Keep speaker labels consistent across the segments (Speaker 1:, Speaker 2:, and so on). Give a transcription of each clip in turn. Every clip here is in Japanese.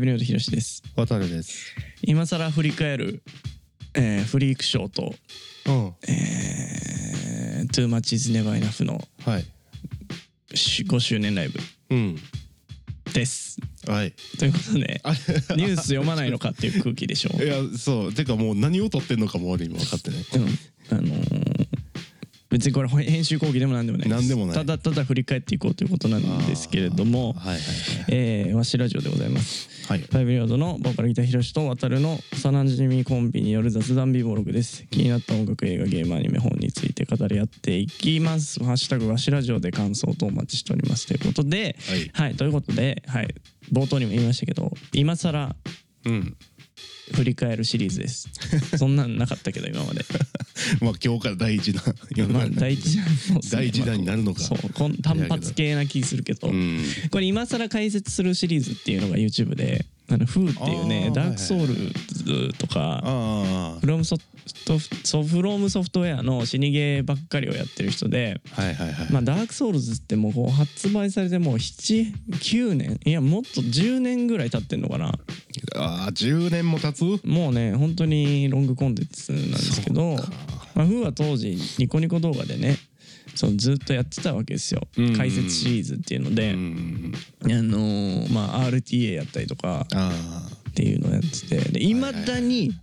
Speaker 1: ビロードひろしです
Speaker 2: 渡るです。
Speaker 1: 今更振り返る、えーフリークショーと、
Speaker 2: うん。
Speaker 1: えー、Too Much is Never Enough の
Speaker 2: はい。
Speaker 1: し5周年ライブ
Speaker 2: うん。
Speaker 1: です
Speaker 2: はい。
Speaker 1: ということで
Speaker 2: あ
Speaker 1: ニュース読まないのかっていう空気でしょ
Speaker 2: いや、そう。てかもう何を撮ってんのかも俺今分かってない。
Speaker 1: でもあのー別にこれ編集講義でも何でもないです
Speaker 2: 何でもない
Speaker 1: ただただ振り返っていこうということなんですけれども
Speaker 2: はいはい
Speaker 1: えー、わしラジオでございます
Speaker 2: はい。はい。
Speaker 1: ファイブリオードのボーカルギターひろしと渡るの幼馴染コンビによる雑談美貌録です気になった音楽映画ゲームアニメ本について語り合っていきますハッシュタグわしラジオで感想とお待ちしておりますということで
Speaker 2: はい
Speaker 1: ということで、はい、冒頭にも言いましたけど今更
Speaker 2: うん。
Speaker 1: 振り返るシリーズですそんなんなかったけど今 まで
Speaker 2: まあ今日から第一弾。今か
Speaker 1: ま
Speaker 2: ら
Speaker 1: あ第一弾もそう
Speaker 2: 第一弾になるのか
Speaker 1: そうこん単発系な気するけど、
Speaker 2: うん。
Speaker 1: これ今更解説するシリーズっていうのが YouTube で「あの f っていうね
Speaker 2: あ
Speaker 1: 「
Speaker 2: ー
Speaker 1: ダークソウルズ」とか
Speaker 2: あ
Speaker 1: フロムソフトソフロムソフトウェアの死にゲーばっかりをやってる人で、
Speaker 2: あ。はいはいはい。
Speaker 1: まあ、ダークソウルズってもうこう発売されてもう79年いやもっと10年ぐらい経ってんのかな
Speaker 2: ああ、10年も経つ
Speaker 1: もうね本当にロングコンテンツなんですけど
Speaker 2: そうか
Speaker 1: まあ、フーは当時ニコニコ動画でねそのずっとやってたわけですよ、
Speaker 2: うん
Speaker 1: 解説シリーズっていうので、
Speaker 2: うん。
Speaker 1: あのーまあ RTA やったりとか
Speaker 2: あ
Speaker 1: っていうのをやっててでいまだに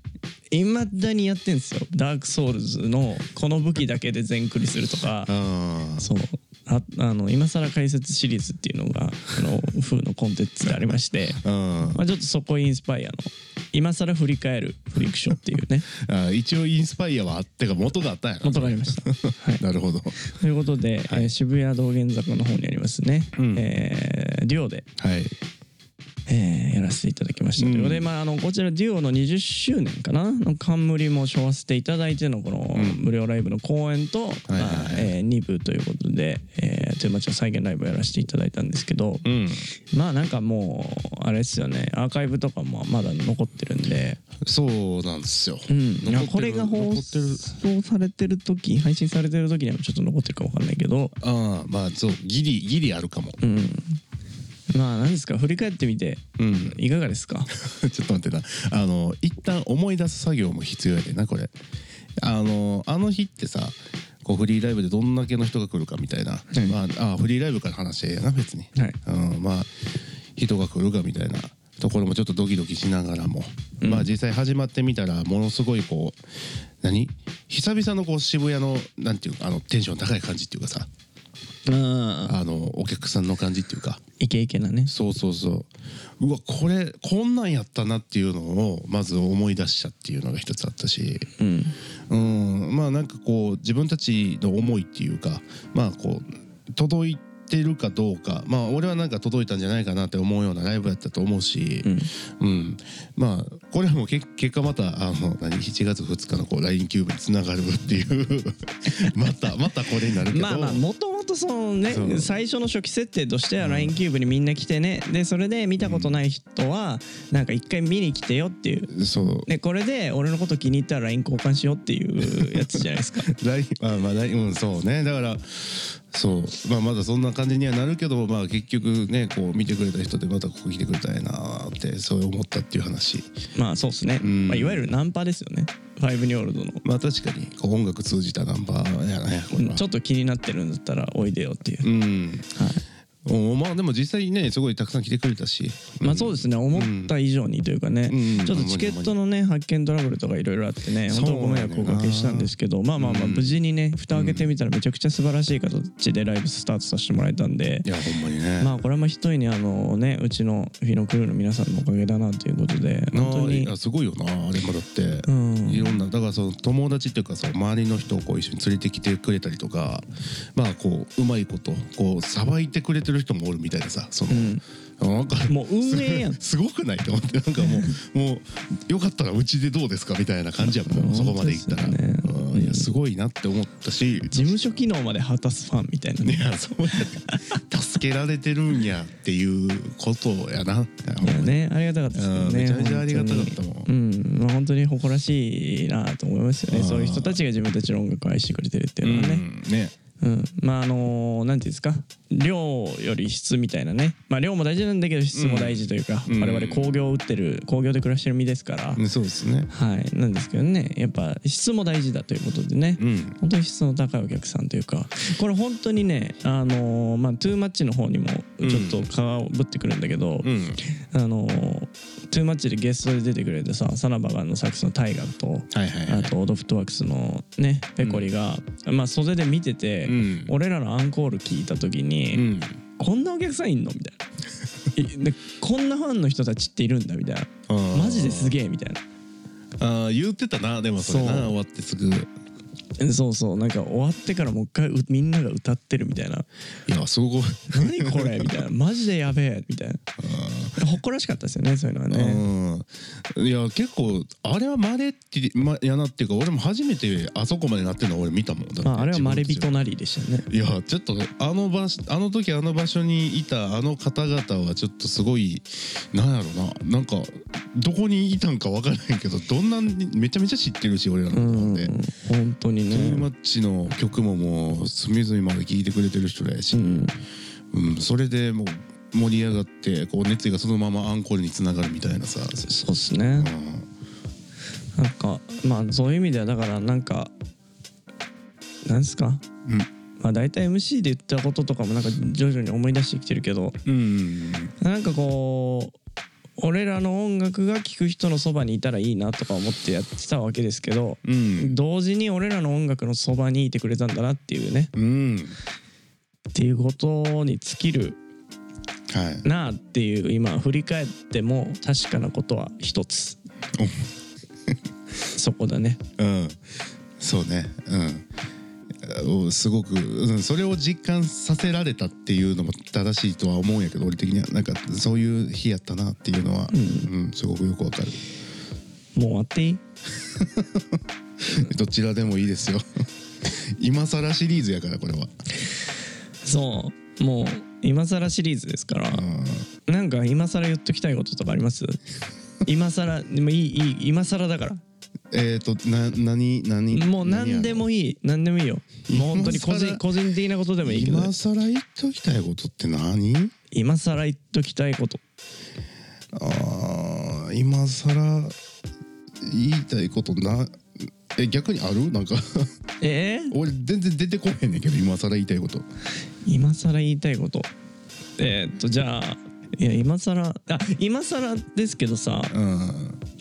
Speaker 1: いまだにやってんですよダークソウルズのこの武器だけで全クリするとか
Speaker 2: あ。ああ。
Speaker 1: そうああの今更解説シリーズっていうのがあのフーのコンテンツでありまして、
Speaker 2: うん
Speaker 1: まあ、ちょっとそこインスパイアの今更振り返るフリクションっていうね
Speaker 2: ああ一応インスパイアはあってか元があったんやな
Speaker 1: 元がありました。はい
Speaker 2: なるほど
Speaker 1: ということで、えー渋谷道玄坂の方にありますね、
Speaker 2: うん
Speaker 1: えーデュオで、
Speaker 2: はい
Speaker 1: えーやらせていただきましたということで、
Speaker 2: うん
Speaker 1: まあ、あのこちらデュオの20周年かなの冠も背負わせていただいてのこの
Speaker 2: ん
Speaker 1: 無料ライブの公演と、
Speaker 2: はいはい
Speaker 1: まあえ2部ということで、えー、トゥーマッチの再現ライブをやらせていただいたんですけど、
Speaker 2: うん
Speaker 1: まあなんかもうあれですよねアーカイブとかもまだ残ってるんで、
Speaker 2: そうなんですよ、
Speaker 1: うん、
Speaker 2: 残
Speaker 1: いや
Speaker 2: ってる
Speaker 1: これが放
Speaker 2: 残ってる
Speaker 1: 送されてる時配信されてる時にはちょっと残ってるか分かんないけど、
Speaker 2: ああまあそうギリギリあるかも
Speaker 1: うん、まあ何ですか振り返ってみて
Speaker 2: うん
Speaker 1: いかがです か
Speaker 2: ちょっと待ってなあの一旦思い出す作業も必要やでなこれあのあの日ってさこうフリーライブでどんだけの人が来るかみたいな、
Speaker 1: い
Speaker 2: まああフリーライブから話してええな別に、
Speaker 1: はい
Speaker 2: うん、まあ人が来るかみたいなところもちょっとドキドキしながらも、
Speaker 1: うん
Speaker 2: まあ実際始まってみたらものすごいこう何久々のこう渋谷のなんていうかあのテンション高い感じっていうかさ
Speaker 1: ああ
Speaker 2: あのお客さんの感じっていうか
Speaker 1: イケイケなね
Speaker 2: そうそうそううわこれこんなんやったなっていうのをまず思い出したっていうのが一つあったし
Speaker 1: うん
Speaker 2: うんまあなんかこう自分たちの思いっていうかまあこう届いてるかどうかまあ俺はなんか届いたんじゃないかなって思うようなライブだったと思うし、
Speaker 1: うん
Speaker 2: うんまあこれはもうけ結果またあの何7月2日のこう LINE キューブにつながるっていう また またこれになるけど。
Speaker 1: まあまあもともとその
Speaker 2: そう
Speaker 1: ね最初の初期設定としては LINE キューブにみんな来てねでそれで見たことない人はなんか一回見に来てよっていう
Speaker 2: そう
Speaker 1: でこれで俺のこと気に入ったら LINE 交換しようっていうやつじゃないです か
Speaker 2: 来まあまあ来うんそうねだからそうまあまだそんな感じにはなるけどまあ結局ねこう見てくれた人でまたここ来てくれたんやなーってそう思ったっていう話
Speaker 1: まあそうですね、
Speaker 2: うん
Speaker 1: まあ、いわゆるナンパですよねファイブニョールドの
Speaker 2: まあ確かにこう音楽通じたナンバーやねこれは
Speaker 1: ちょっと気になってるんだったらおいでよっていう、
Speaker 2: うん
Speaker 1: はい
Speaker 2: おまあでも実際ねすごいたくさん来てくれたし
Speaker 1: まあそうですね思った以上にというかね、
Speaker 2: うん
Speaker 1: ちょっとチケットのね発見トラブルとかいろいろあってね
Speaker 2: そ
Speaker 1: 本
Speaker 2: う
Speaker 1: 当ご迷惑をおかけしたんですけどまあまあまあ無事にね蓋開けてみたらめちゃくちゃ素晴らしい形でライブスタートさせてもらえたんで
Speaker 2: い。やほんまにね
Speaker 1: まあこれもひとえにあのねうちのフィノクルーの皆さんのおかげだなということで
Speaker 2: なあ
Speaker 1: 本当
Speaker 2: い
Speaker 1: に
Speaker 2: やすごいよなあれもだって、
Speaker 1: うん
Speaker 2: いろんなだからその友達っていうかその周りの人をこう一緒に連れてきてくれたりとかまあこううまいことこうさばいてくれてる人もおるみたいなさその、
Speaker 1: ん
Speaker 2: なんか
Speaker 1: もう運営やん
Speaker 2: す ごくないと思ってなんかもうもうよかったらうちでどうですかみたいな感じやもん、
Speaker 1: うん
Speaker 2: そこまでいったら、
Speaker 1: 本当ですよね
Speaker 2: うんいやすごいなって思ったし、
Speaker 1: 事務所機能まで果たすファンみたいないね
Speaker 2: やそうや助けられてるんやっていうことやな。
Speaker 1: いやねありがたかったですけど
Speaker 2: うん
Speaker 1: ね
Speaker 2: めちゃめちゃありがたかったもん
Speaker 1: 本当にうんまあ本当に誇らしいなと思いますよね
Speaker 2: うん
Speaker 1: そういう人たちが自分たちの音楽を愛してくれてるっていうのはね、
Speaker 2: うんね
Speaker 1: うん、まああのなんていうんですか量より質みたいなね、まあ、量も大事なんだけど質も大事というか、
Speaker 2: うん
Speaker 1: 我々工業を打ってる工業で暮らしてる身ですから、
Speaker 2: うんそうですね
Speaker 1: はいなんですけどねやっぱ質も大事だということでね、
Speaker 2: うん
Speaker 1: 本当に質の高いお客さんというかこれ本当にねあのーまあトゥーマッチの方にもちょっと皮をぶってくるんだけど、
Speaker 2: うん
Speaker 1: あのートゥーマッチでゲストで出てくれてさサナバガンのサックスの大河と
Speaker 2: はいはいは
Speaker 1: あ
Speaker 2: い
Speaker 1: とオドフットワークスのねペコリが、まあ袖で見てて、
Speaker 2: うん
Speaker 1: 俺らのアンコール聞いた時に、
Speaker 2: うん
Speaker 1: こんなお客さんいんのみたい ないでこんなファンの人たちっているんだみたいな
Speaker 2: あー
Speaker 1: マジですげえみたいな
Speaker 2: あー言ってたなでもそれな
Speaker 1: そう
Speaker 2: 終わってすぐい
Speaker 1: えそうそうなんか終わってからもう一回うみんなが歌ってるみたいな
Speaker 2: やすごい
Speaker 1: 何これみたい なマジでやべえみたいな誇らしかったですよねそういうのは ね
Speaker 2: うんいや結構あれはまれって、ま、やなっていうか俺も初めてあそこまでなってるの俺見たもんだって
Speaker 1: まああれはまれび
Speaker 2: 自
Speaker 1: と
Speaker 2: 分
Speaker 1: なりでしたね
Speaker 2: たちいやちょっとあの場所あの時あの場所にいたあの方々はちょっとすごいなんやろうななんかどこにいたんか分からないけどどんなにめちゃめちゃ知ってるし俺らの
Speaker 1: う
Speaker 2: こ
Speaker 1: ん
Speaker 2: とで。
Speaker 1: 本当に
Speaker 2: トゥーマ
Speaker 1: ね
Speaker 2: ッチの曲ももう隅々まで聴いてくれてる人らやし、
Speaker 1: うん
Speaker 2: うん、それでもう盛り上がってこう熱意がそのままアンコールにつながるみたいなさ、
Speaker 1: そうっすね
Speaker 2: うん
Speaker 1: なんかまあそういう意味ではだからなんかなんすか
Speaker 2: うん
Speaker 1: まあ大体 MC で言ったこととかもなんか徐々に思い出してきてるけど
Speaker 2: うん
Speaker 1: なんかこう俺らの音楽が聴く人のそばにいたらいいなとか思ってやってたわけですけど
Speaker 2: うん
Speaker 1: 同時に俺らの音楽のそばにいてくれたんだなっていうね
Speaker 2: うん
Speaker 1: っていうことに尽きる
Speaker 2: はい
Speaker 1: なあっていう今振り返っても確かなことは一つそこだね
Speaker 2: うんそうねうんおすごく、うん、それを実感させられたっていうのも正しいとは思うんやけど俺的にはなんかそういう日やったなっていうのは、うんすごくよくわかる
Speaker 1: もう終わっていい
Speaker 2: どちらでもいいですよ 今更シリーズやからこれは
Speaker 1: そうもう今更シリーズですから
Speaker 2: うん
Speaker 1: なんか今更言っときたいこととかあります今更でもいいいい今更だから
Speaker 2: えっ、ー、とな何何
Speaker 1: もう何でも
Speaker 2: いい
Speaker 1: いい何でもいいよもう本当に個人
Speaker 2: 今更
Speaker 1: 個人的なことでもいいけど
Speaker 2: 今更言っときたいことって何
Speaker 1: 今更言っときたいこと
Speaker 2: あー今更言いたいことなえ逆にあるなんか
Speaker 1: えー、
Speaker 2: 俺全然出てこへんねんけど今更言いたいこと
Speaker 1: 今更言いたいことえーっとじゃあいや今更あ今更ですけどさ
Speaker 2: うん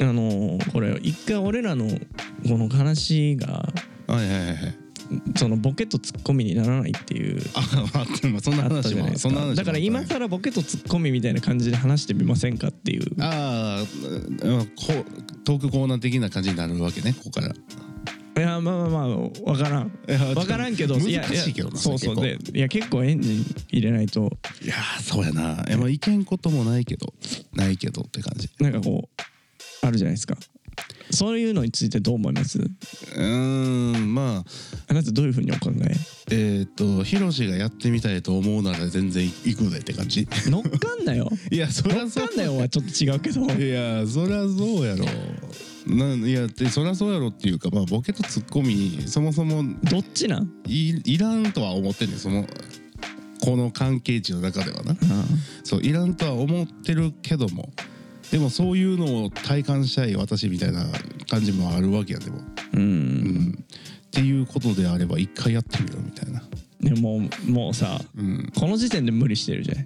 Speaker 1: あのーこれ一回俺らのこの話が
Speaker 2: はいはいはいはい
Speaker 1: そのボケとツッコミにならないっていう
Speaker 2: ああってまあそんな
Speaker 1: あった
Speaker 2: 話
Speaker 1: じゃない
Speaker 2: も
Speaker 1: です
Speaker 2: そんな話
Speaker 1: か
Speaker 2: も
Speaker 1: だから今更ボケとツッコミみたいな感じで話してみませんかっていう
Speaker 2: あーうんこうトークコーナー的な感じになるわけねここから
Speaker 1: いやまあまあまあ分からん
Speaker 2: いや
Speaker 1: 分からんけど
Speaker 2: 難しい
Speaker 1: やや
Speaker 2: けどな
Speaker 1: そうそう
Speaker 2: それ
Speaker 1: でいや結構エンジン入れないと
Speaker 2: いやーそうやな、えまあ、いけんこともないけどないけどって感じ
Speaker 1: なんかこうあるじゃないですかそういうのについてどう思います
Speaker 2: うーんまあ
Speaker 1: あなたどういうふうにお考え
Speaker 2: えっ、とヒロシがやってみたいと思うなら全然行くぜって感じ
Speaker 1: 乗っかんなよ
Speaker 2: いやそりゃ
Speaker 1: 乗
Speaker 2: そ
Speaker 1: っ
Speaker 2: う
Speaker 1: かんなよはちょっと違うけど
Speaker 2: いやそりゃそうやろなんいやでそりゃそうやろっていうかまあボケとツッコミそもそも
Speaker 1: どっちなん
Speaker 2: いいらんとは思ってんねんそのこの関係値の中ではなそういらんとは思ってるけどもでもそういうのを体感したい私みたいな感じもあるわけやでも、
Speaker 1: う
Speaker 2: うんん、っていうことであれば一回やってみろみたいな
Speaker 1: でももうもうさ
Speaker 2: うん
Speaker 1: この時点で無理してるじゃん
Speaker 2: い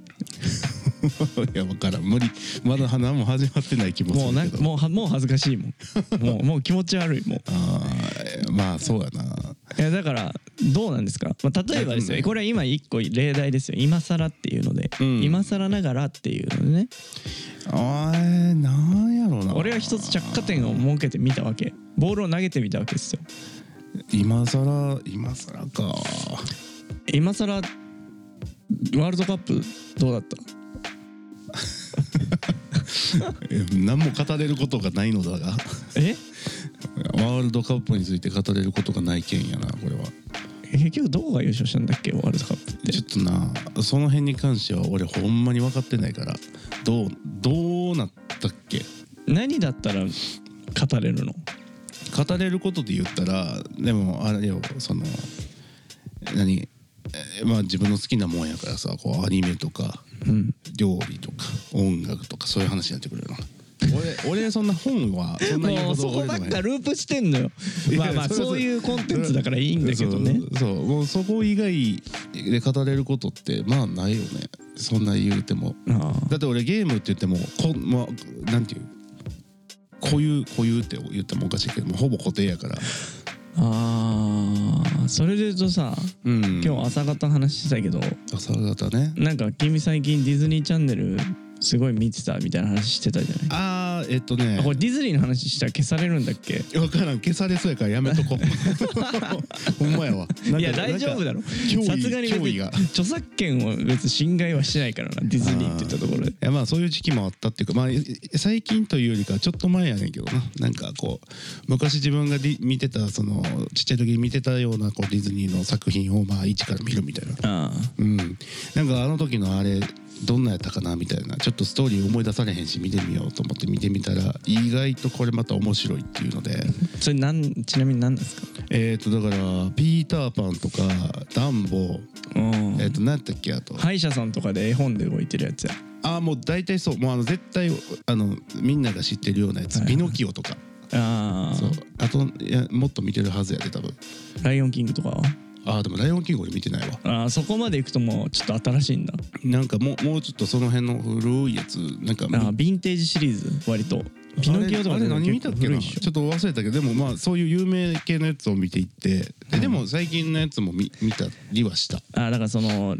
Speaker 2: や分からん無理まだ花も始まってない気もする
Speaker 1: もうな
Speaker 2: け
Speaker 1: ん
Speaker 2: ど
Speaker 1: かもうはもう恥ずかしいもんもうもう気持ち悪いもん
Speaker 2: あーまあそうやな
Speaker 1: えだからどうなんですか、まあ、例えばです
Speaker 2: う
Speaker 1: よ
Speaker 2: ん
Speaker 1: これは今一個例題ですよ今更っていうので、
Speaker 2: うん
Speaker 1: 今更ながらっていうのでね
Speaker 2: あーなんやろうな
Speaker 1: 俺は一つ着火点を設けてみたわけボールを投げてみたわけですよ
Speaker 2: 今さら今さらか
Speaker 1: 今更ワールドカップどうだった
Speaker 2: え何も語れることがないのだが
Speaker 1: え
Speaker 2: ワールドカップについて語れることがない件やなこれは
Speaker 1: 結局どこが優勝したんだっけワールドカップって
Speaker 2: ちょっとなその辺に関しては俺ほんまに分かってないからどうどうなったっけ
Speaker 1: 何だったら語れるの
Speaker 2: 語れることで言ったらでもあれよその何まあ自分の好きなもんやからさこうアニメとか
Speaker 1: うん
Speaker 2: 料理とか音楽とかそういう話になってくるよな俺俺そんな本はそんなに
Speaker 1: もうそこばっかループしてんのよ
Speaker 2: いや
Speaker 1: まあまあ
Speaker 2: それは
Speaker 1: そういうコンテンツだからいいんだけどね
Speaker 2: そうそうもうそこ以外で語れることってまあないよねそんな言うても
Speaker 1: あ
Speaker 2: だって俺ゲームって言ってもこ、まあ、なんていう固有固有って言ってもおかしいけどもうほぼ固定やから
Speaker 1: あーそれで言うとさ
Speaker 2: うん
Speaker 1: 今日朝方話してたけど
Speaker 2: 朝方ね
Speaker 1: なんか君最近ディズニーチャンネルすごい見てたみたいな話してたじゃない
Speaker 2: ああえっとね
Speaker 1: あこれディズニーの話したら消されるんだっけ
Speaker 2: 分からん消されそうやからやめとこう ほんまやわなんか
Speaker 1: いや大丈夫だろ
Speaker 2: 脅威
Speaker 1: さすがに別
Speaker 2: 脅威
Speaker 1: に
Speaker 2: が
Speaker 1: 著作権を別に侵害はしないからなディズニーって言ったところで
Speaker 2: いやまあそういう時期もあったっていうか、まあ、い最近というよりかはちょっと前やねんけどななんかこう昔自分がディ見てたそのちっちゃい時に見てたようなこうディズニーの作品をまあ一から見るみたいな、
Speaker 1: あ
Speaker 2: うん、なんかあの時のあれどんなやったかなみたいなちょっとストーリー思い出されへんし見てみようと思って見てみたら意外とこれまた面白いっていう ので
Speaker 1: あそれなんちなみに何なんですか
Speaker 2: えっ、とだからピーターパンとかダンボ
Speaker 1: うん
Speaker 2: えっ、と何やったっけあと
Speaker 1: 歯医者さんとかで絵本で動いてるやつや
Speaker 2: ああもう大体そうもうあの絶対あのみんなが知ってるようなやつ
Speaker 1: はい
Speaker 2: ピノキオとか。
Speaker 1: あ
Speaker 2: そう
Speaker 1: あ
Speaker 2: あといやもっと見てるはずやで多分
Speaker 1: ライオンキングとかは
Speaker 2: ああでも「ライオンキング」俺見てないわ
Speaker 1: あーそこまで行くともうちょっと新しいんだ
Speaker 2: なんかもうもうちょっとその辺の古いやつなんか
Speaker 1: あーヴィンテージシリーズ割とピノキオとか
Speaker 2: あれあれ何見たっけ
Speaker 1: 古い
Speaker 2: な
Speaker 1: っ
Speaker 2: ち
Speaker 1: し
Speaker 2: ょっと忘れたけどでもまあそういう有名系のやつを見ていってででも最近のやつも見見たりはした
Speaker 1: ょあーだからその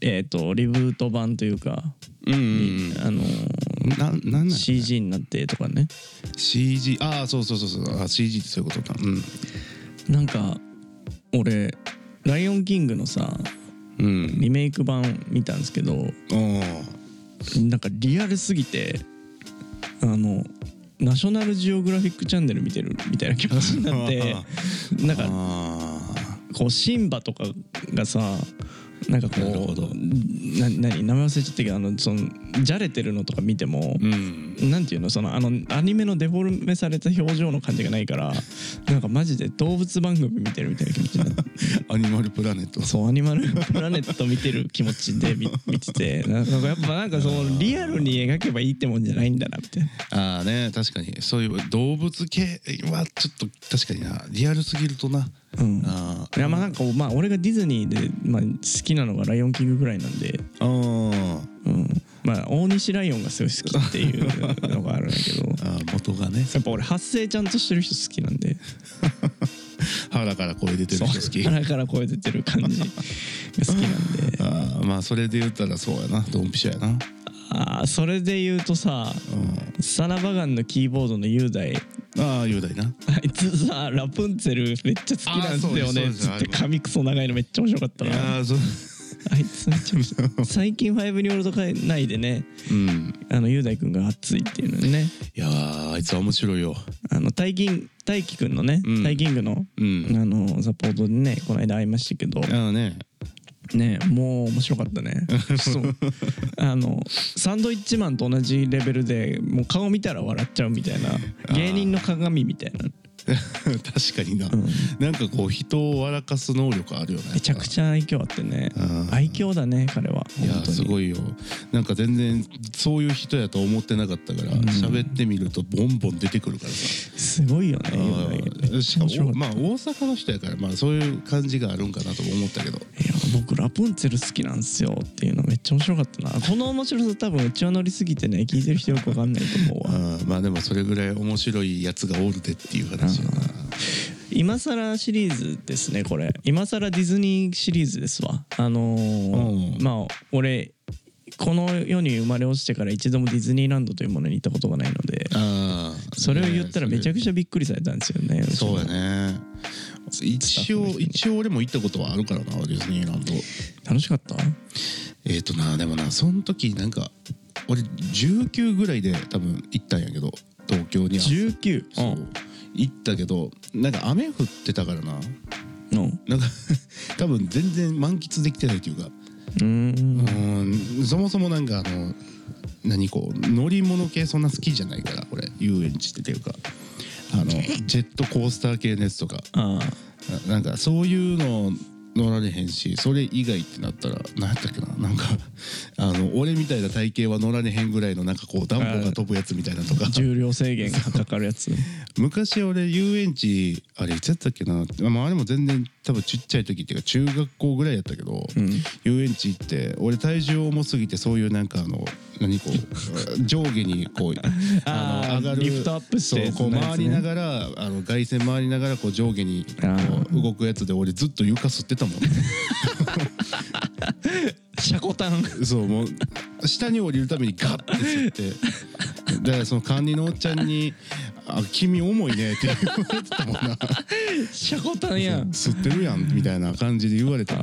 Speaker 1: えっ、とリブート版というか、
Speaker 2: うんう
Speaker 1: あのー
Speaker 2: んななんなん
Speaker 1: CG になってとかね
Speaker 2: CG ああそうそうそうそうあ CG ってそういうことかうん
Speaker 1: なんか俺「ライオンキング」のさ
Speaker 2: うん
Speaker 1: リメイク版見たんですけど
Speaker 2: おー
Speaker 1: なんかリアルすぎてあのナショナルジオグラフィックチャンネル見てるみたいな気持ちになってなんか
Speaker 2: あ
Speaker 1: こうシンバとかがさなんかこ
Speaker 2: なるほど
Speaker 1: うな何名前忘れちゃったけどあのそのじゃれてるのとか見ても
Speaker 2: ー、うん
Speaker 1: なんていうのそのあのアニメのデフォルメされた表情の感じがないからなんかマジで動物番組見てるみたいな気持ちになって
Speaker 2: アニマルプラネット
Speaker 1: そうアニマルプラネット見てる気持ちで見見ててなんかやっぱなんかそのリアルに描けばいいってもんじゃないんだなって
Speaker 2: ああね確かにそういう動物系はちょっと確かになリアルすぎるとな、
Speaker 1: うん
Speaker 2: あ
Speaker 1: いやまあなんかまあ俺がディズニーで、まあ、好きなのが「ライオンキング」ぐらいなんで、
Speaker 2: あー
Speaker 1: うん、まあ大西ライオンがすごい好きっていうのがあるんだけど や
Speaker 2: あー元がね
Speaker 1: っぱ俺発声ちゃんとしてる人好きなんで
Speaker 2: 腹から声出てる人好き
Speaker 1: 腹から声出てる感じが好きなんで
Speaker 2: あーまあそれで言ったらそうやなドンピシャやな、
Speaker 1: あーそれで言うとさ
Speaker 2: うん、
Speaker 1: サラバガンのキーボードの雄大
Speaker 2: ああ雄大な
Speaker 1: あいつさラプンツェルめっちゃ好きなんですよね
Speaker 2: あそう
Speaker 1: っ
Speaker 2: です
Speaker 1: つ
Speaker 2: そう
Speaker 1: っ
Speaker 2: です
Speaker 1: て髪クソ長いのめっちゃ面白かった
Speaker 2: い
Speaker 1: な
Speaker 2: やーそう
Speaker 1: あいつめっちゃ面白 い最近ファイブにオールドかないでね
Speaker 2: うん
Speaker 1: あの雄大君が熱いっていうのね
Speaker 2: いやーあいつは面白いよ
Speaker 1: あの大金大輝君のね、
Speaker 2: うん
Speaker 1: 大金具の
Speaker 2: うん
Speaker 1: あのサポートでねこの間会いましたけど
Speaker 2: あのね
Speaker 1: ねもう面白かったねそうあのサンドイッチマンと同じレベルでもう顔見たら笑っちゃうみたいな
Speaker 2: ー
Speaker 1: 芸人の鏡みたいな
Speaker 2: 確かにな、なんかこう人を笑かす能力あるよね
Speaker 1: めちゃくちゃ愛嬌あってね
Speaker 2: うん
Speaker 1: 愛嬌だね彼はい
Speaker 2: や
Speaker 1: 本当に
Speaker 2: すごいよなんか全然そういう人やと思ってなかったから喋、ってみるとボンボン出てくるからさ
Speaker 1: すごいよね
Speaker 2: あ
Speaker 1: 雄大め
Speaker 2: ー
Speaker 1: っちゃ
Speaker 2: しか
Speaker 1: 面白か
Speaker 2: も
Speaker 1: った
Speaker 2: まあ大阪の人やからまあそういう感じがあるんかなとも思ったけど
Speaker 1: いや僕ラプンツェル好きなんですよっていうのめっちゃ面白かったなこの面白さ多分うちは乗りすぎてね聞いてる人よくわかんないと思うわ
Speaker 2: あーまあでもそれぐらい面白いやつがおるでっていう話やな
Speaker 1: 今更シリーズですねこれ今更ディズニーシリーズですわあのー
Speaker 2: うん
Speaker 1: まあ俺この世に生まれ落ちてから一度もディズニーランドというものに行ったことがないので
Speaker 2: あー
Speaker 1: それを言ったらめちゃく
Speaker 2: ち
Speaker 1: ちゃびっくりされたんですよね
Speaker 2: ゃそうや
Speaker 1: ちの
Speaker 2: ね一応一応俺も行ったことはあるからなディズニーランド
Speaker 1: 楽しかった
Speaker 2: えっ、となでもなその時なんか俺19ぐらいで多分行ったんやけど東京には
Speaker 1: 19
Speaker 2: そう行ったけどなんか雨降ってたからな
Speaker 1: うんうん
Speaker 2: なんか多分全然満喫できてないというか
Speaker 1: うーん
Speaker 2: うんそもそもなんかあの何こう乗り物系そんな好きじゃないから俺遊園地っていうかあのジェットコースター系のやつとか
Speaker 1: ああ
Speaker 2: ななんかそういうの乗られへんしそれ以外ってなったら何やったっけななんかあの俺みたいな体型は乗られへんぐらいのなんかこう暖房が飛ぶやつみたいなとか
Speaker 1: 重量制限がかかるやつ
Speaker 2: 昔俺遊園地あれいつやったっけな、まあ、あれも全然多分ちっちゃい時っていうか中学校ぐらいやったけど、
Speaker 1: うん
Speaker 2: 遊園地行って俺体重重すぎてそういうなんかあの何こ う上下にこう
Speaker 1: あーリフトアップして
Speaker 2: そうこ
Speaker 1: やつね
Speaker 2: う回りながらあの外線回りながらこう上下に
Speaker 1: あー
Speaker 2: こう動くやつで俺ずっと床吸ってたもん、
Speaker 1: シャコタン
Speaker 2: そうもう下に降りるためにガッて吸ってだからその管理のおっちゃんに「あ君重いね」って言われてたもんな
Speaker 1: シャコタンやん
Speaker 2: 吸ってるやんみたいな感じで言われた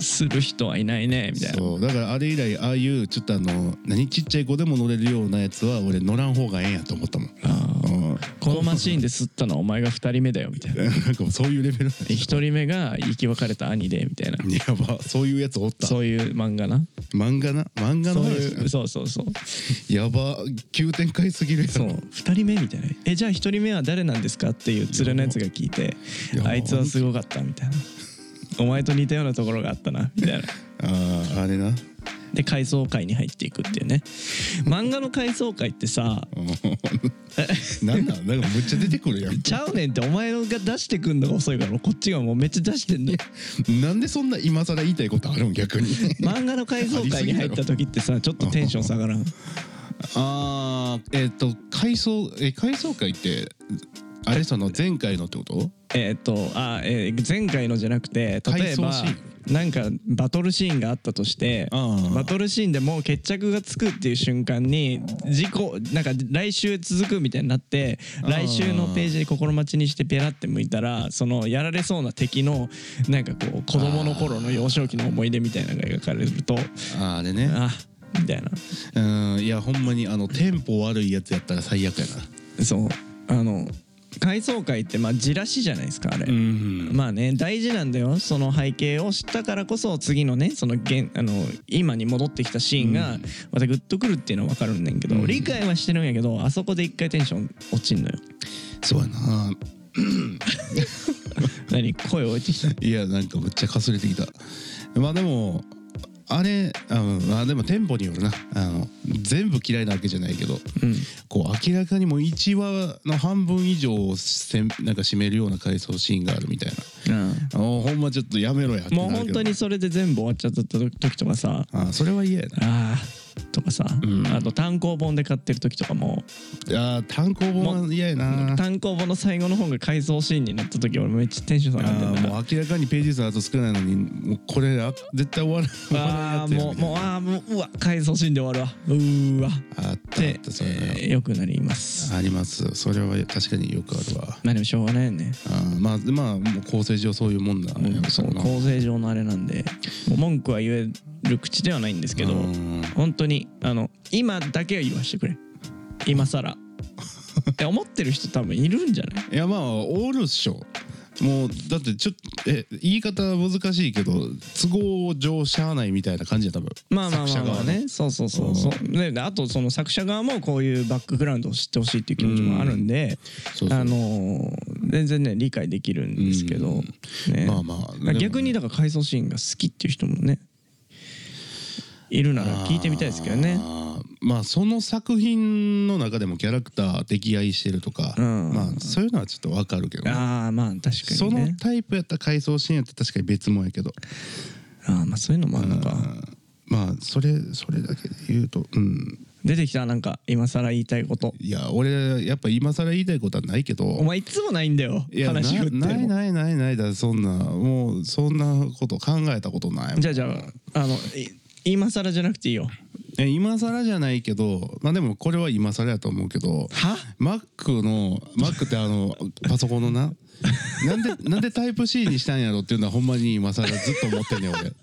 Speaker 1: する人はいないねみたいな
Speaker 2: そうだからあれ以来ああいうちょっとあの何ちっちゃい子でも乗れるようなやつは俺乗らん方がええんやと思ったもん
Speaker 1: あー
Speaker 2: うん
Speaker 1: このマシーンで吸ったのはお前が2人目だよみたいな
Speaker 2: なんかそういうレベルなん
Speaker 1: 1人目が生き別れた兄でみたいな
Speaker 2: ややばそういうやつおった
Speaker 1: そういう漫画な
Speaker 2: 漫画な漫画
Speaker 1: そ
Speaker 2: の
Speaker 1: う
Speaker 2: 話
Speaker 1: いうそうそうそう
Speaker 2: やば急展開すぎるや
Speaker 1: そう
Speaker 2: ろ
Speaker 1: 2人目みたいな「えじゃあ1人目は誰なんですか?」っていう連れのやつが聞いて
Speaker 2: い
Speaker 1: 「
Speaker 2: や
Speaker 1: あいつはすごかった」みたいな「お前と似たようなところがあったな」みたいな
Speaker 2: あああれな
Speaker 1: で階層階に入っていくっていうね漫画の階層階ってさ
Speaker 2: うんなんなんなんかむっちゃ出てくるや
Speaker 1: 「ちゃうねん」ってお前が出してくんのが遅いからこっちがもうめっちゃ出して んのよ
Speaker 2: んなんでそんな今更言いたいことあるん 逆に
Speaker 1: 漫画の階層階に入った時ってさちょっとテンション下がらん
Speaker 2: あーえっ、と回想え回想会ってあれその前回のってこと
Speaker 1: えーっとあ、えー前回のじゃなくて例え
Speaker 2: 回想
Speaker 1: ば
Speaker 2: シー
Speaker 1: なんかバトルシーンがあったとして
Speaker 2: ああ
Speaker 1: バトルシーンでもう決着がつくっていう瞬間に事故なんか来週続くみたいになって
Speaker 2: ああ
Speaker 1: 来週のページに心待ちにしてペラって向いたらそのやられそうな敵のなんかこう子供の頃の幼少期の思い出みたいなのが描かれると
Speaker 2: あーあれね
Speaker 1: あみたいな
Speaker 2: うんいやほんまにあのテンポ悪いやつやったら最悪や
Speaker 1: そうあの回想会ってまあじらしじゃないですかあれ。
Speaker 2: なうん
Speaker 1: まあね大事なんだよその背景を知ったからこそ次のねその現あの今に戻ってきたシーンがまたグッとくるっていうのは分かるんだけど、
Speaker 2: うん
Speaker 1: 理解はしてるんやけどあそこで一回テンション落ちんのよ
Speaker 2: そうやな
Speaker 1: 何声置いてきた
Speaker 2: いやなんかむっちゃかすれてきたまあでもあれあのまあでもテンポによるなあの全部嫌いなわけじゃないけど
Speaker 1: うん
Speaker 2: こう明らかにもう1話の半分以上をせんなんか占めるような回想シーンがあるみたいなおほんまちょっとやめろやってな
Speaker 1: もう
Speaker 2: るけど
Speaker 1: 本当にそれで全部終わっちゃった時とかさ
Speaker 2: あそれは嫌やな
Speaker 1: あーとかさ、
Speaker 2: うん
Speaker 1: あと単行本で買ってる時とかも
Speaker 2: あー単行本は嫌やな
Speaker 1: 単行本の最後の本が改造シーンになった時俺めっちゃテンション下
Speaker 2: あ
Speaker 1: がってんだ
Speaker 2: ーもう明らかにページ数あと少ないのにもうこれあ絶対終わら終わ
Speaker 1: あ
Speaker 2: らん
Speaker 1: ー
Speaker 2: やつや
Speaker 1: もうもうあーもううわ改造シーンで終わるわうーわ
Speaker 2: あっ
Speaker 1: った
Speaker 2: あ
Speaker 1: て
Speaker 2: ったそういうの
Speaker 1: えー良くなります。
Speaker 2: ありますそれは確かによくあるわ
Speaker 1: まあでもしょうがないよね。
Speaker 2: あーまあでまあもう構成上そういうもんだ
Speaker 1: うんそう構成上のあれなんでもう文句は言える口ではないんですけど
Speaker 2: うん
Speaker 1: 本当にあの今だけは言わしてくれ今更 って思ってる人多分いるんじゃない
Speaker 2: いやまあオールっしょもうだってちょっとえ言い方は難しいけど都合上しゃあないみたいな感じや多分
Speaker 1: まあまあまあまあねそうそうそうそううでであとその作者側もこういうバックグラウンドを知ってほしいっていう気持ちもあるんで
Speaker 2: そうそう
Speaker 1: あのー全然ね理解できるんですけどね
Speaker 2: まあまあでもね
Speaker 1: 逆にだから回想シーンが好きっていう人もねいるなら聞いてみたいですけどね
Speaker 2: あーまあその作品の中でもキャラクター溺愛してるとか、
Speaker 1: うん
Speaker 2: まあそういうのはちょっとわかるけどね、
Speaker 1: ああまあ確か
Speaker 2: そ
Speaker 1: に
Speaker 2: の
Speaker 1: ね
Speaker 2: タイプやったら回想シーンやったら確かに別もんやけど
Speaker 1: ああまあそういうのもあるのか
Speaker 2: まあそれそれだけで言うとうん
Speaker 1: 出てきたなんか今更言いたいこと
Speaker 2: いや俺やっぱ今更言いたいことはないけど
Speaker 1: お前いつもないんだよ
Speaker 2: いや
Speaker 1: 話振っても
Speaker 2: なないないないないだそんなもうそんなこと考えたことないもん
Speaker 1: じゃあじゃああのい今更じゃなくていいよ
Speaker 2: え今更じゃないけどまあでもこれは今更やと思うけど
Speaker 1: は
Speaker 2: Mac の Mac ってあの パソコンのななんでなんでタイプ C にしたんやろっていうのはほんまに今更ずっと思ってんねん俺。
Speaker 1: 確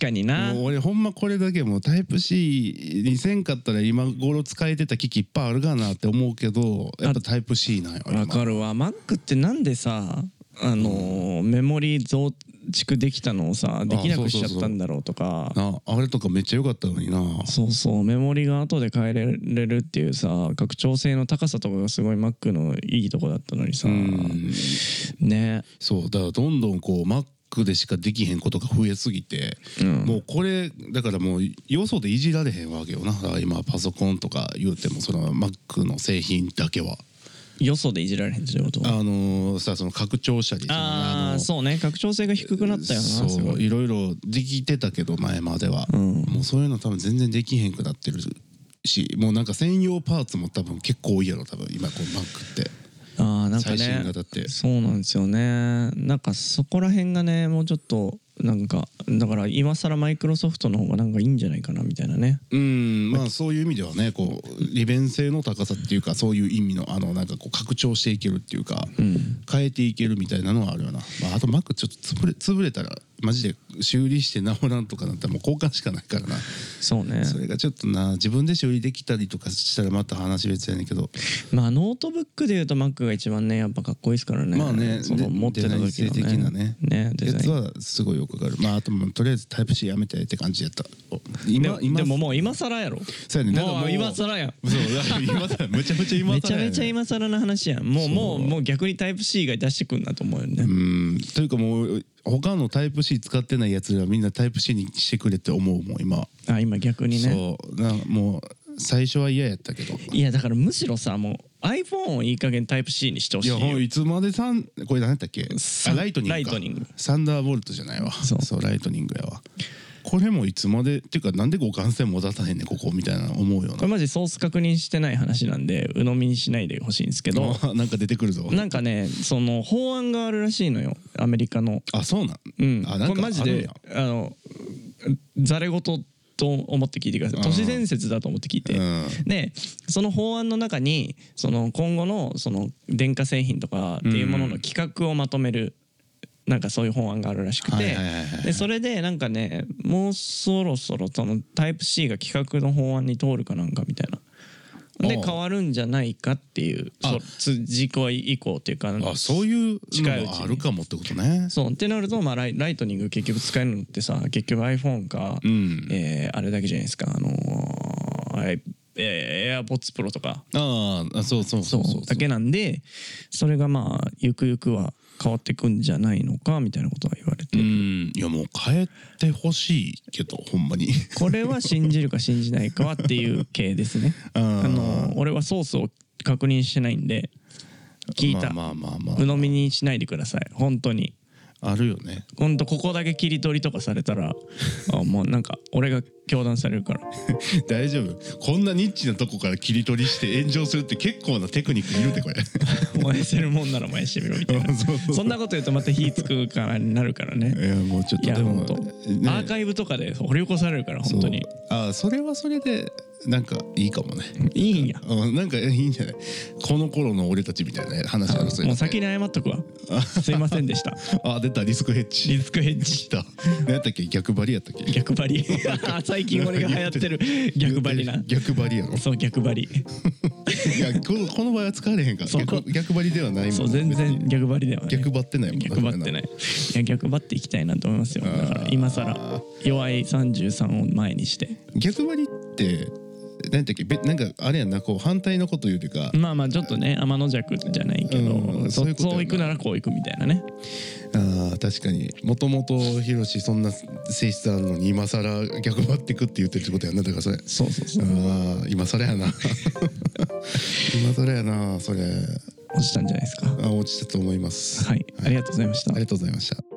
Speaker 1: かにな
Speaker 2: もう俺ほんまこれだけもうタイプ C にせんかったら今頃使えてた機器いっぱいあるかなって思うけどやっぱタイプ C なんよ今
Speaker 1: わかるわ Mac ってなんでさあのーメモリ増築できたのをさできなくしちゃったんだろうとか
Speaker 2: なあれとかめっちゃ良かったのにな
Speaker 1: そうそうメモリが後で変えれるっていうさ拡張性の高さとかがすごい Mac のいいとこだったのにさ、
Speaker 2: うん
Speaker 1: ね、
Speaker 2: そうだからどんどんこう Mac でしかできへんことが増えすぎて、
Speaker 1: うん、
Speaker 2: もうこれだからもうよそでいじられへんわけよなだから今パソコンとか言うてもその Mac の製品だけは
Speaker 1: よそでいじられへんってこと
Speaker 2: あのーさその拡張したり
Speaker 1: あー
Speaker 2: の
Speaker 1: そうね拡張性が低くなったよなす
Speaker 2: そ
Speaker 1: ご
Speaker 2: う
Speaker 1: い
Speaker 2: いろいろできてたけど前までは、
Speaker 1: うん
Speaker 2: もうそういうの多分全然できへんくなってるしもうなんか専用パーツも多分結構多いやろ多分今こう Mac って
Speaker 1: あーなんか
Speaker 2: 最新型
Speaker 1: ね
Speaker 2: って
Speaker 1: そうなんですよねなんかそこら辺がねもうちょっとなんかだから今更マイクロソフトの方がなんかいいんじゃないかなみたいなね
Speaker 2: うんまあそういう意味ではねこう利便性の高さっていうかそういう意味のあのなんかこう拡張していけるっていうか、
Speaker 1: うん
Speaker 2: 変えていけるみたいなのはあるよな、まあ、あと Mac ちょっと潰れ潰れたらマジで修理して直らんとかなったらもう交換しかないからな
Speaker 1: そうね
Speaker 2: それがちょっとな自分で修理できたりとかしたらまた話別やねんけど、
Speaker 1: まあノートブックでいうと Mac が一番ねやっぱかっこいいですからね
Speaker 2: まあね
Speaker 1: その
Speaker 2: で
Speaker 1: 持ってた時のね
Speaker 2: デザイン性的なね
Speaker 1: ねデ
Speaker 2: や
Speaker 1: ザイ
Speaker 2: つ
Speaker 1: ン
Speaker 2: はすごいよくわかるまああともうとりあえずタイプ C やめてって感じやったお今
Speaker 1: でも
Speaker 2: 今
Speaker 1: でももう今更やろ
Speaker 2: そうやねんだから
Speaker 1: も
Speaker 2: も
Speaker 1: う
Speaker 2: う
Speaker 1: 今更やん
Speaker 2: そうだから今更めちゃめちゃ今更
Speaker 1: めちゃ
Speaker 2: やね
Speaker 1: めちゃ今更の話やんもうもうもう逆にタイプ C 以外出してくんなと思うよね
Speaker 2: うんというかもう他のタイプ C 使ってないやつらはみんなタイプ C にしてくれって思うもん今、
Speaker 1: あ今逆にね
Speaker 2: そうなもう最初は嫌やったけど
Speaker 1: いやだからむしろさもう iPhone をいい加減タイプ C にしてほしい
Speaker 2: い
Speaker 1: よ
Speaker 2: やほんいつまでさんこれ何やったっけ
Speaker 1: さ
Speaker 2: あライトニングか
Speaker 1: ライトニング
Speaker 2: サンダーボルトじゃないわ
Speaker 1: そう
Speaker 2: ライトニングやわこれもいつまでっていうかなんで互換性も出さへんねんここみたいな思うよ
Speaker 1: これマジソース確認してない話なんで鵜呑みにしないでほしいんですけど
Speaker 2: ななんか出てくるぞ
Speaker 1: なんかねその法案があるらしいのよアメリカの
Speaker 2: あそうなん、
Speaker 1: うん、
Speaker 2: あなん
Speaker 1: これ
Speaker 2: か
Speaker 1: マジ
Speaker 2: あるん
Speaker 1: で
Speaker 2: や
Speaker 1: あのざれ事と思って聞いてください
Speaker 2: うん
Speaker 1: 都市伝説だと思って聞いて、
Speaker 2: うん
Speaker 1: でその法案の中にその今後のその電化製品とかっていうものの企画をまとめる、なんかそういう法案があるらしくて、
Speaker 2: はいはいはいはい
Speaker 1: でそれでなんかねもうそろそろそのタイプ C が企画の法案に通るかなんかみたいな。で
Speaker 2: おう
Speaker 1: 変わるんじゃないかっていう
Speaker 2: あ
Speaker 1: そう次回以降っていうか
Speaker 2: あそういう
Speaker 1: 近いう
Speaker 2: の
Speaker 1: ちに
Speaker 2: もあるかもってことね
Speaker 1: そうってなると、まあ、ライライトニング結局使えるのってさ結局 iPhone か、
Speaker 2: ん
Speaker 1: えーあれだけじゃないですかあのーあいえー、AirPods Pro とか
Speaker 2: ああそうそうそうそう
Speaker 1: だけなんでそれがまあゆくゆくは変わってくんじゃないのかみたいなことは言われて、
Speaker 2: うんいやもう変えてほしいけどほんまに
Speaker 1: これは信じるか信じないかはっていう系ですね
Speaker 2: あー
Speaker 1: あのー俺はソースを確認してないんで聞いた、
Speaker 2: まあまあまあ、
Speaker 1: 鵜
Speaker 2: ま
Speaker 1: 呑みにしないでください本当に。
Speaker 2: あ、あるよね
Speaker 1: ほんとここだけ切り取りとかされた らあもうなんか俺が教団されるから
Speaker 2: 大丈夫こんなニッチなとこから切り取りして炎上するって結構なテクニックいるでこれ
Speaker 1: 燃やせるもんなら燃やしてみろみたいな
Speaker 2: そうそう
Speaker 1: そんなこと言うとまた火つくからになるからね
Speaker 2: いやもうちょっ
Speaker 1: い
Speaker 2: と
Speaker 1: や
Speaker 2: でも
Speaker 1: 本当、
Speaker 2: ね
Speaker 1: アーカイブとかで掘り起こされるから本当に
Speaker 2: そうあそれはそれでなんかいいかもね
Speaker 1: いいんや
Speaker 2: うんなんかいいんじゃないこの頃の俺たちみたいな話あるそれ
Speaker 1: もう先に謝っと くわすいませんでした
Speaker 2: あ出たリスクヘッジ
Speaker 1: リスクヘッジ
Speaker 2: 来た何やったっけ逆張りやったっけ
Speaker 1: 逆張 りあ最近俺が流行ってる逆張りな
Speaker 2: 逆張りやろ
Speaker 1: そう逆張り
Speaker 2: いやこのこの場合は使われへんから
Speaker 1: そう
Speaker 2: 逆逆張りではないもん
Speaker 1: そう全
Speaker 2: 別に
Speaker 1: 然逆張りではない
Speaker 2: 逆張ってないもん
Speaker 1: 逆張ってないいや逆張っていきたいなと思いますよだから今更弱い33を前にして
Speaker 2: 逆張りって何やったっけべなんかあれやんなこう反対のこと言うてか
Speaker 1: まあまあちょっとね天の弱じゃないけど、
Speaker 2: うん
Speaker 1: そ
Speaker 2: そういうことよな
Speaker 1: そう行くならこう行くみたいなね
Speaker 2: あー確かにもともとヒロシそんな性質あるのに今更逆張ってくって言ってるってことやなだからそれ
Speaker 1: そうそうそ
Speaker 2: あー今 更やな今更やなそれ
Speaker 1: 落ちたんじゃないですか
Speaker 2: あ落ちたと思います
Speaker 1: はい、ありがとうございました
Speaker 2: ありがとうございました